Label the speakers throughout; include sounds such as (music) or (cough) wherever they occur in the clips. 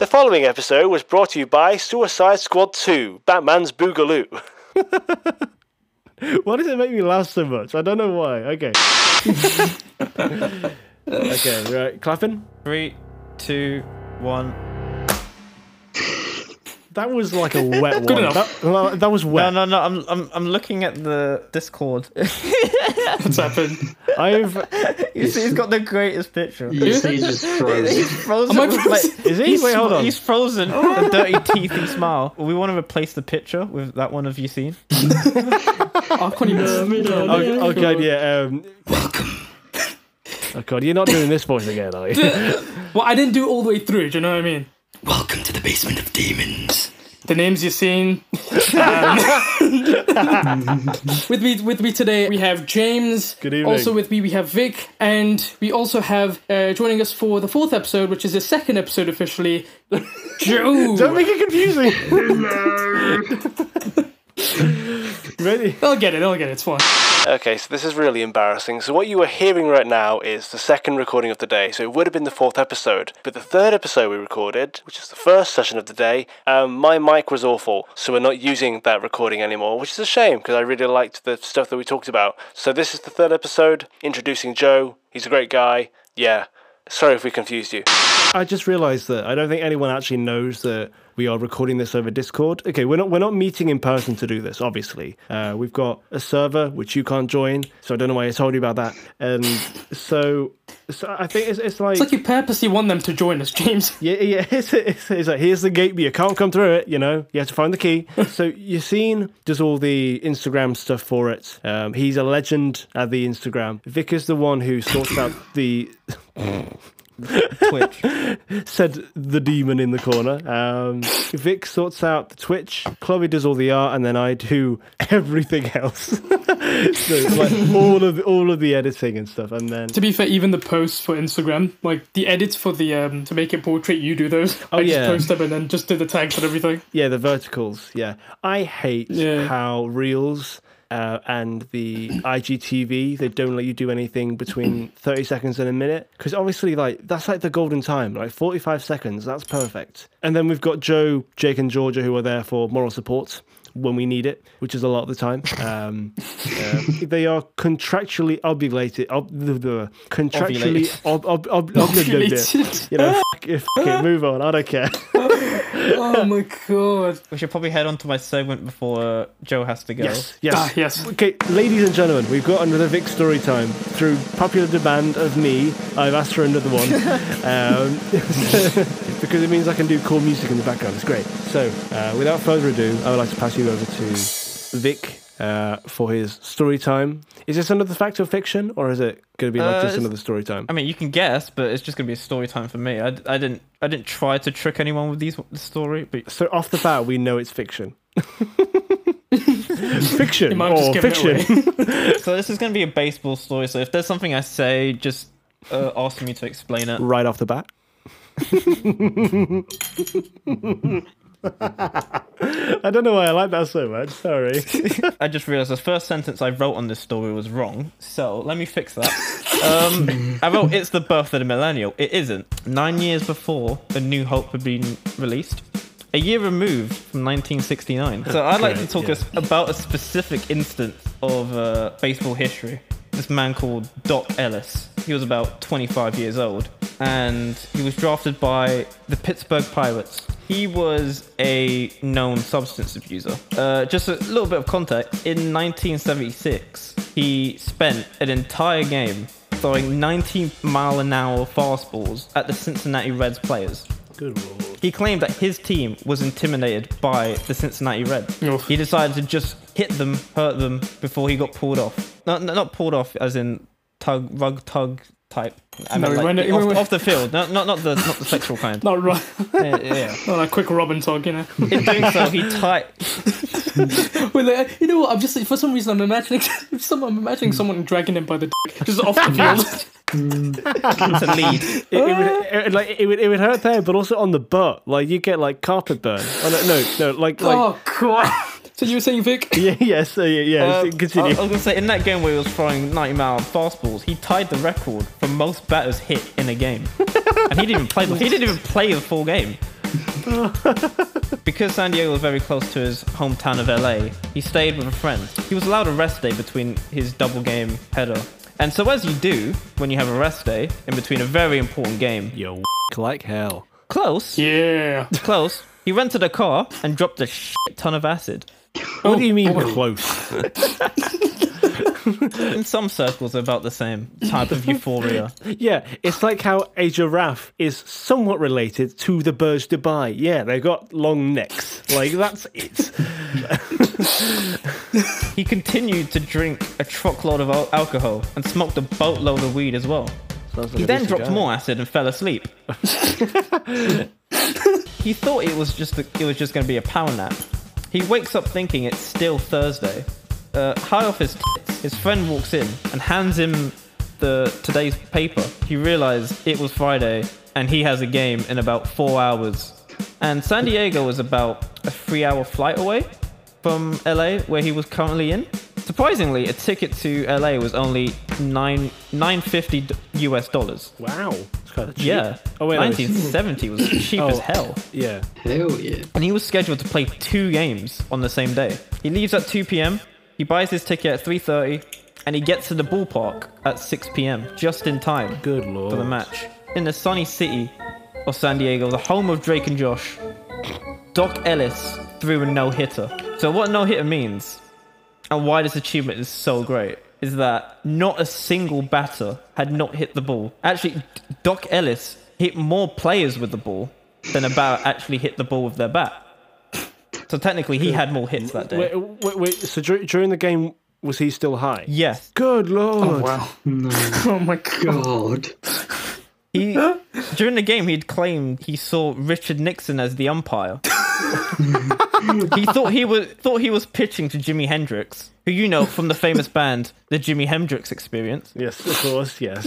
Speaker 1: The following episode was brought to you by Suicide Squad 2 Batman's Boogaloo.
Speaker 2: (laughs) Why does it make me laugh so much? I don't know why. (laughs) Okay. okay, right. Clapping?
Speaker 3: Three, two, one.
Speaker 2: That was like a (laughs) wet one.
Speaker 4: enough.
Speaker 2: That, la- that was
Speaker 3: No,
Speaker 2: wet.
Speaker 3: no, no. I'm, I'm, I'm looking at the Discord. (laughs)
Speaker 5: (laughs)
Speaker 4: What's happened?
Speaker 2: I've. (laughs)
Speaker 3: you see, he's got the greatest picture.
Speaker 6: You see,
Speaker 4: (laughs)
Speaker 6: just froze.
Speaker 3: He's frozen.
Speaker 4: Am I
Speaker 3: with,
Speaker 4: frozen?
Speaker 3: Like,
Speaker 2: Is he?
Speaker 3: He's,
Speaker 2: Wait, hold
Speaker 3: sm-
Speaker 2: on.
Speaker 3: He's frozen. (laughs) a dirty teeth and smile. We want to replace the picture with that one. Have you seen?
Speaker 4: I can't even.
Speaker 2: Oh, oh god, yeah. Um, oh god, you're not doing this voice again, are you?
Speaker 4: Well, I didn't do all the way through. Do you know what I mean?
Speaker 5: Welcome to the basement of demons.
Speaker 4: The names you've seen. Um, (laughs) with me, with me today, we have James.
Speaker 2: Good evening.
Speaker 4: Also with me, we have Vic, and we also have uh, joining us for the fourth episode, which is the second episode officially. (laughs)
Speaker 2: (laughs)
Speaker 4: Joe.
Speaker 2: Don't (laughs) make it confusing. Ready?
Speaker 4: they'll get it. They'll get it. It's fine.
Speaker 1: okay, so this is really embarrassing. So, what you are hearing right now is the second recording of the day. So, it would have been the fourth episode. But the third episode we recorded, which is the first session of the day, um, my mic was awful. So, we're not using that recording anymore, which is a shame because I really liked the stuff that we talked about. So, this is the third episode introducing Joe. He's a great guy. Yeah. Sorry if we confused you.
Speaker 2: I just realised that I don't think anyone actually knows that we are recording this over Discord. Okay, we're not we're not meeting in person to do this. Obviously, uh, we've got a server which you can't join, so I don't know why I told you about that. And so, so I think it's, it's like.
Speaker 4: It's like you purposely want them to join us, James. (laughs)
Speaker 2: Yeah, yeah. (laughs) It's, it's, it's like here's the gate, but you can't come through it. You know, you have to find the
Speaker 4: (laughs)
Speaker 2: key. so Yassine does all the Instagram stuff for it. Um, he's a legend at the Instagram. Vic is the one who sorts out the
Speaker 3: Twitch.
Speaker 2: said the demon in the corner. Um, Vic sorts out the Twitch. Chloe does all the art, and then I do (laughs) everything else. (laughs) so it's like all of all of the editing and stuff, and then
Speaker 4: To be fair, even the posts for Instagram, like the edits for the um to make it portrait, you do those.
Speaker 2: Oh,
Speaker 4: I just
Speaker 2: yeah.
Speaker 4: post them and then just do the tags and everything.
Speaker 2: Yeah, the verticals. Yeah, I hate
Speaker 4: Yeah.
Speaker 2: how Reels uh, and the (clears throat) IGTV they don't let you do anything between thirty seconds and a minute because obviously like that's like the golden time, like forty-five seconds. That's perfect. And then we've got Joe, Jake, and Georgia who are there for moral support when we need it, which is a lot of the time. Um, uh, they are contractually obligated, ob- the- the- contractually ob- ob- ob- obligated. You know, f- it, f- it, move on. I don't care.
Speaker 4: (laughs) oh my god.
Speaker 3: We should probably head on to my segment before uh, Joe has to go.
Speaker 2: Yes, yes.
Speaker 4: Ah, yes.
Speaker 2: Okay, ladies and gentlemen, we've got another Vic story time. Through popular demand of me, I've asked for another one um, (laughs) because it means I can do cool music in the background. It's great. So, uh, without further ado, I would like to pass you over to Vic uh, for his story time. Is this another fact or fiction, or is it going to be
Speaker 3: Uh,
Speaker 2: like just
Speaker 3: it's-
Speaker 2: another story time?
Speaker 3: I mean, you can guess, but it's just gonna be a story time for me. I, d- I didn't I didn't try to trick anyone with these this story, but
Speaker 2: So, off the bat, we know it's
Speaker 4: (laughs)
Speaker 2: fiction. (laughs) fiction
Speaker 4: might have just
Speaker 2: or
Speaker 4: given it
Speaker 2: fiction.
Speaker 3: so this is gonna be a baseball story. So if there's something I say, just uh, ask me to explain it.
Speaker 2: right off the bat. I don't know why I like that so much. Sorry.
Speaker 3: I just realized the first sentence I wrote on this story was wrong, so let me fix that. Um, I wrote, It's the birth of the millennial. It isn't. Nine years before A New Hope had been released, a year removed from 1969. So I'd like to talk us about a specific instance of uh, baseball history. This man called Doc Ellis. He was about 25 years old, and he was drafted by the Pittsburgh Pirates. He was a known substance abuser. Uh, just a little bit of context. In 1976, he spent an entire game throwing 19 mile an hour fastballs at the Cincinnati Reds players.
Speaker 2: Good lord.
Speaker 3: He claimed that his team was intimidated by the Cincinnati Reds.
Speaker 4: Oof.
Speaker 3: He decided to just hit them, hurt them before he got pulled off. Not not- not pulled off as in tug, rug tug type. I
Speaker 4: No,
Speaker 3: mean,
Speaker 4: he
Speaker 3: like,
Speaker 4: went- he
Speaker 3: off,
Speaker 4: went-
Speaker 3: off the field. Not not not the not the sexual kind.
Speaker 4: (laughs) Not right.
Speaker 3: Yeah, yeah.
Speaker 4: Not a quick Robin talk, you (laughs) know.
Speaker 3: In doing so, he
Speaker 2: (laughs)
Speaker 3: tied.
Speaker 4: Well, uh, you know what? I'm just for some reason I'm imagining (laughs) some, I'm imagining someone dragging him by the dick just (laughs) off the field.
Speaker 3: It's a lead.
Speaker 2: It, it would, it, like, it, would, it would hurt there, but also on the butt. Like, you get, like, carpet burn. Oh, no, no, no like, like
Speaker 4: oh god. So you were saying
Speaker 2: (laughs)
Speaker 4: Vic?
Speaker 2: yeah, yeah, so, yeah, yeah.
Speaker 3: Um, I, I
Speaker 2: continue.
Speaker 3: was gonna say in that game where he was throwing 90 mile fastballs, he tied the
Speaker 2: (laughs)
Speaker 3: record for most batters hit in a game, and he didn't even play. The, he didn't even play the full game. Because San Diego was very close to his hometown of LA, he stayed with a friend. He was allowed a rest day between his double game header. And so, as you do when you have a rest day in between a very important game,
Speaker 2: Yo, (laughs) like hell.
Speaker 3: close,
Speaker 4: Yeah.
Speaker 3: close, he rented a car and dropped a shit ton of acid. Oh.
Speaker 2: What do you mean close?
Speaker 3: In some circles, they're about the same type of euphoria.
Speaker 2: Yeah, it's like how a giraffe is somewhat related to the Burj Dubai. Yeah, they've got long necks. Like, that's it.
Speaker 3: He continued to drink a truckload of al- alcohol and smoked a boatload of weed as well. He then dropped more acid and fell asleep. (laughs) he thought it was just it was just going to be a power nap. He wakes up thinking it's still Thursday. Uh, high off his tits, his friend walks in and hands him the today's paper. He realized it was Friday and he has a game in about four hours. And San Diego was about a three-hour flight away from LA, where he was currently in. Surprisingly, a ticket to LA was only nine nine fifty US dollars.
Speaker 2: Wow. It's kind of cheap.
Speaker 3: Yeah.
Speaker 2: Oh, wait, no, it's- (coughs)
Speaker 3: 1970 was cheap
Speaker 2: Oh.
Speaker 3: as hell.
Speaker 2: Yeah.
Speaker 5: Hell yeah.
Speaker 3: And he was scheduled to play two games on the same day. He leaves at 2 p.m., he buys his ticket at 3.30, and he gets to the ballpark at 6 p.m., just in time
Speaker 2: Good lord.
Speaker 3: for the match. In the sunny city of San Diego, the home of Drake and Josh, Doc Ellis threw a no hitter. So, what no hitter means, and why this achievement is so great, is that not a single batter had not hit the ball. Actually, Doc Ellis hit more players with the ball than a batter actually hit the ball with their bat. So, technically, he had more hits that day.
Speaker 2: Wait, wait, wait. So dur- during the game, was he still high?
Speaker 3: Yes.
Speaker 2: Good lord.
Speaker 5: Wow. No.
Speaker 4: (laughs) Oh my god.
Speaker 5: God.
Speaker 3: He, during the game, he'd claimed he saw Richard Nixon as the umpire. he thought he was thought he was pitching to Jimi Hendrix, who you know from the famous band, the Jimi Hendrix Experience.
Speaker 2: Yes, of course, yes.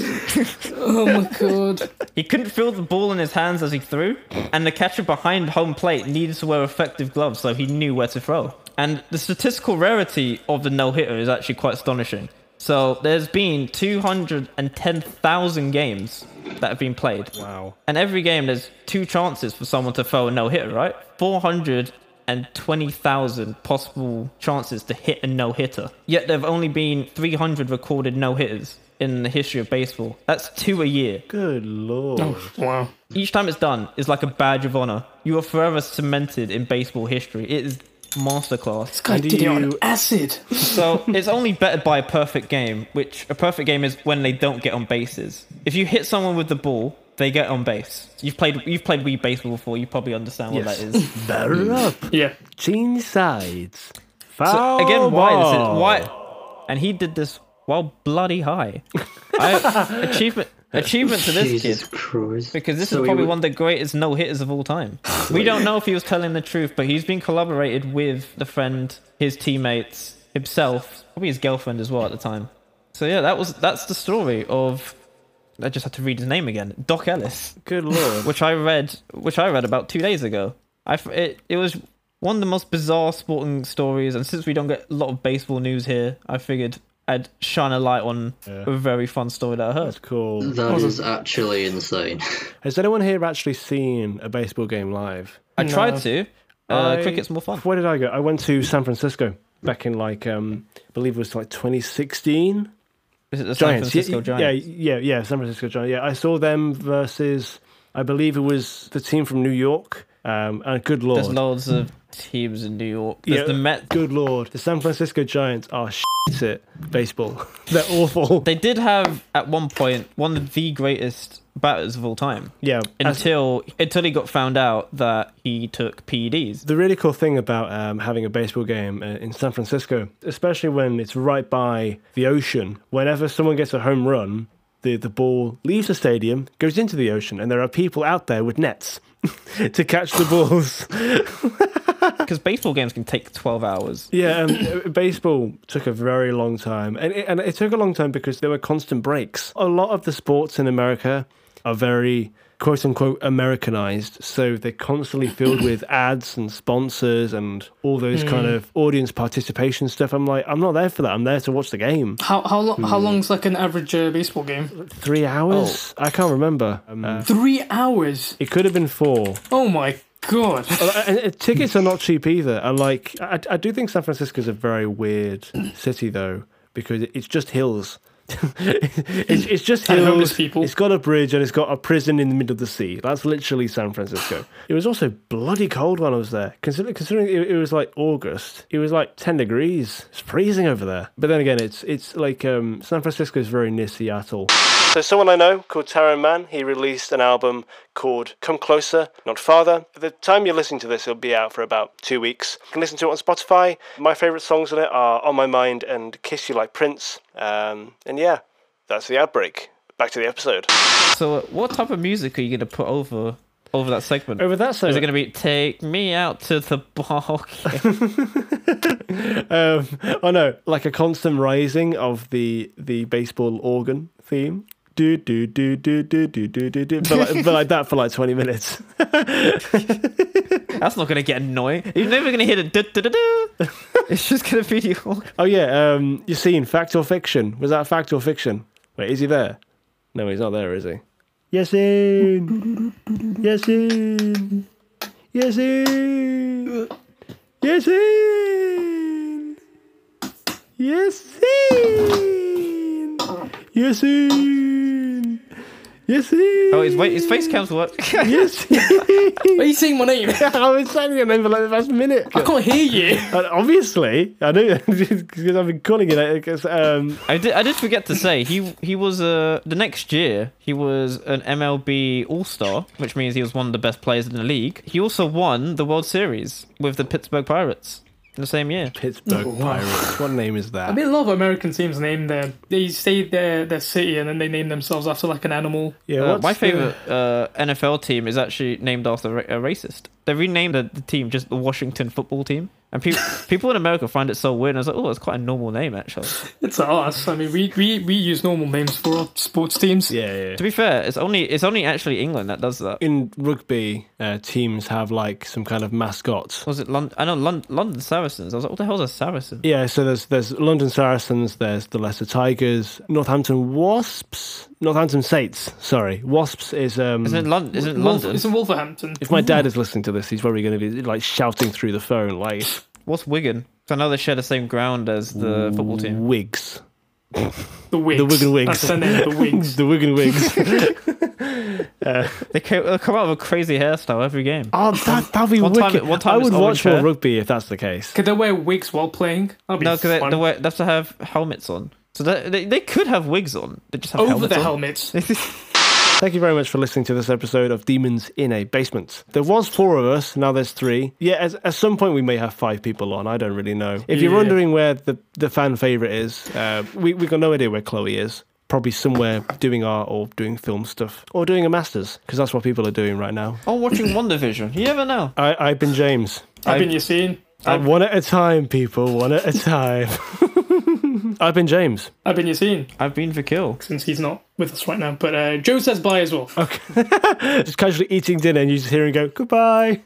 Speaker 4: Oh my
Speaker 5: (laughs)
Speaker 4: god.
Speaker 3: He couldn't feel the ball in his hands as he threw, and the catcher behind home plate needed to wear effective gloves so he knew where to throw. And the statistical rarity of the no hitter is actually quite astonishing. So there's been 210,000 games that have been played.
Speaker 2: Wow.
Speaker 3: And every game, there's two chances for someone to throw a no hitter, right? 420,000 possible chances to hit a no hitter. Yet there have only been 300 recorded no hitters in the history of baseball. That's two a year.
Speaker 2: Good lord.
Speaker 3: Oh,
Speaker 4: Wow.
Speaker 3: Each time it's done is like a badge of honor. You are forever cemented in baseball history. It is masterclass.
Speaker 4: This guy
Speaker 2: do
Speaker 4: did it on
Speaker 2: you-
Speaker 4: acid.
Speaker 3: So it's only bettered by a perfect game, which a perfect game is when they don't get on bases. If you hit someone with the ball, they get on base. You've played you've played Wii baseball before. You probably understand what
Speaker 2: Yes.
Speaker 3: that is.
Speaker 2: Better up.
Speaker 4: Yeah.
Speaker 2: Change sides.
Speaker 3: So
Speaker 2: Foul
Speaker 3: again, why this is
Speaker 2: ball.
Speaker 3: why, and he did this while bloody high. I, achievement achievement to this
Speaker 5: Jesus
Speaker 3: kid
Speaker 5: Christ.
Speaker 3: because this
Speaker 5: So
Speaker 3: is
Speaker 5: he
Speaker 3: probably
Speaker 5: would-
Speaker 3: one of the greatest no hitters of all
Speaker 5: (laughs)
Speaker 3: time. We don't know if he was telling the truth, but he's been collaborated with the friend, his teammates, himself, probably his girlfriend as well at the time. So yeah, that was that's the story of. I just had to read his name again, Doc Ellis
Speaker 2: Good lord.
Speaker 3: which I read, which I read about two days ago. I f- it, it was one of the most bizarre sporting stories, and since we don't get a lot of baseball news here, I figured I'd shine a light on a very fun story that I heard.
Speaker 2: That's cool.
Speaker 5: That is actually insane.
Speaker 2: Has anyone here actually seen a baseball game live?
Speaker 3: I tried
Speaker 4: No.
Speaker 3: to. Uh, Cricket's more fun.
Speaker 2: Where did I go? I went to San Francisco back in like um, I believe it was like 2016.
Speaker 3: Is it the
Speaker 2: Giants.
Speaker 3: San Francisco
Speaker 2: yeah,
Speaker 3: Giants?
Speaker 2: Yeah, yeah, yeah, San Francisco Giants. Yeah, I saw them versus I believe it was the team from New York. Um, and good lord,
Speaker 3: There's loads of teams in New York. There's
Speaker 2: Yeah.
Speaker 3: the Mets.
Speaker 2: good lord, the San Francisco Giants are shit at baseball. (laughs) They're awful.
Speaker 3: They did have at one point one of the greatest batters of all time.
Speaker 2: yeah, as-
Speaker 3: Until until he got found out that he took E
Speaker 2: (laughs)
Speaker 3: PEDs.
Speaker 2: the really cool thing about um, having a baseball game uh, in San Francisco, especially when it's right by the ocean, whenever someone gets a home run, the, the ball leaves the stadium, goes into the ocean, and there are people out there with nets (laughs) to catch the balls.
Speaker 3: Because baseball games can take 12 hours.
Speaker 2: Yeah, um, (coughs) baseball took a very long time, and it, and it took a long time because there were constant breaks. A lot of the sports in America are very quote unquote Americanized, so they're constantly filled with (coughs) ads and sponsors and all those kind of audience participation stuff. I'm like, I'm not there for that. I'm there to watch the game.
Speaker 4: How how long how long's like an average uh, baseball game?
Speaker 2: Three hours? I can't remember. Um, uh,
Speaker 4: Three hours.
Speaker 2: it could have been four.
Speaker 4: Oh my God.
Speaker 2: And, and tickets are not cheap either. And like, I, I do think San Francisco is a very
Speaker 4: (clears throat)
Speaker 2: weird city though, because it's just hills. (laughs) it's, it's just
Speaker 4: And
Speaker 2: hills.
Speaker 4: homeless people.
Speaker 2: It's got a bridge and it's got a prison in the middle of the sea. That's literally San Francisco. It was also bloody cold while I was there. Considering, considering it, it was like August, it was like ten degrees. It's freezing over there. But then again, it's it's like um, San Francisco is very near Seattle.
Speaker 1: So someone I know called Taron Mann, he released an album called Come Closer, Not Farther. By the time you're listening to this, it'll be out for about two weeks. You can listen to it on Spotify. My favourite songs on it are On My Mind and Kiss You Like Prince. Um, and yeah, that's the outbreak. Back to the episode.
Speaker 3: So, uh, what type of music are you going to put over over that segment?
Speaker 2: Over that side,
Speaker 3: Is it going to be "Take Me Out to the (laughs) Ballgame"?
Speaker 2: um, (laughs) oh no, like a constant rising of the the baseball organ theme. Do do do do do do do do do, but like, but like that for like twenty minutes.
Speaker 3: That's not going to get annoying. You're never going to hear the (laughs) da da da
Speaker 2: (laughs)
Speaker 3: da. It's just going to be the organ.
Speaker 2: Oh yeah, um, you seen fact or fiction? Was that fact or fiction? Wait, is he there? No, he's not there, is he? Yes, in. Yes, in. Yes, in. Yes, in. Yes, in. Yes, in. Yes, in.
Speaker 3: Oh, his, wait, his face cams work. (laughs)
Speaker 2: Yes, in. (laughs)
Speaker 4: Why are you saying my name? I
Speaker 2: I was saying your name for like the last minute.
Speaker 4: can't hear you.
Speaker 2: And obviously, I (laughs) know because I've been calling it. I guess, um,
Speaker 3: I did. I did forget to say he he was uh the next year he was an MLB All Star, which means he was one of the best players in the league. He also won the World Series with the Pittsburgh Pirates in the same year.
Speaker 2: Pittsburgh Pirates. What name is that?
Speaker 4: I mean, a lot of American teams name their they say their their city and then they name themselves after like an animal.
Speaker 2: yeah,
Speaker 3: Uh,
Speaker 2: what's
Speaker 3: my
Speaker 2: the-
Speaker 3: favorite uh, NFL team is actually named after ra- a racist. They renamed the, the team just the Washington Football Team, and
Speaker 2: (laughs)
Speaker 3: people people in America find it so weird. And I was like, oh, it's quite a normal name actually.
Speaker 4: It's us. I mean, we we, we use normal names for our sports teams.
Speaker 2: Yeah, yeah.
Speaker 3: To be fair, it's only it's only actually England that does that.
Speaker 2: In rugby, uh, teams have like some kind of mascot.
Speaker 3: Was it London? I know Lon- London Saracens. I was like, what the hell's a Saracen?
Speaker 2: Yeah, so there's there's London Saracens, there's the Leicester Tigers, Northampton Wasps, Northampton Saints. Sorry, Wasps is um.
Speaker 3: Isn't London? Isn't
Speaker 4: Wolf-
Speaker 3: London?
Speaker 4: It's in Wolverhampton.
Speaker 2: if my dad is listening to this, he's probably going to be like shouting through the phone like
Speaker 3: What's Wigan? 'Cause I know they share the same ground as the football team.
Speaker 2: Wigs, (laughs)
Speaker 4: The Wigs.
Speaker 2: the Wigan Wigs.
Speaker 4: That's their name, the Wigs.
Speaker 2: (laughs)
Speaker 4: (laughs)
Speaker 2: the Wigan Wigs.
Speaker 3: They ca- they come out with a crazy hairstyle every game.
Speaker 2: oh, that that'd be
Speaker 3: One time-
Speaker 2: wicked.
Speaker 3: one time
Speaker 2: I
Speaker 3: it's
Speaker 2: would watch
Speaker 3: orange
Speaker 2: more
Speaker 3: hair.
Speaker 2: rugby if that's the case.
Speaker 4: Could they wear wigs while playing? That'd be
Speaker 3: No, because they,
Speaker 4: fun.
Speaker 3: they, wear- they have to have helmets on. So that, they they could have wigs on. They just have
Speaker 4: over
Speaker 3: helmets
Speaker 4: the
Speaker 3: on.
Speaker 4: helmets.
Speaker 3: (laughs)
Speaker 2: Thank you very much for listening to this episode of Demons in a Basement. There was four of us, now there's three. Yeah, as, at some point we may have five people on. I don't really know. If you're
Speaker 4: Yeah.
Speaker 2: wondering where the, the fan favorite is, uh, we we got no idea where Chloe is. Probably somewhere doing art or doing film stuff or doing a masters because that's what people are doing right now.
Speaker 3: Or watching One Division. You never know.
Speaker 2: I, I've been James.
Speaker 4: I've
Speaker 3: I-
Speaker 4: been you seen.
Speaker 2: Uh, one at a time, people. One at a time. (laughs) I've been James.
Speaker 4: I've been you seen
Speaker 3: I've been for kill.
Speaker 4: since he's not with us right now. But uh, Joe says bye as well.
Speaker 2: Just casually eating dinner and you just hear him go goodbye.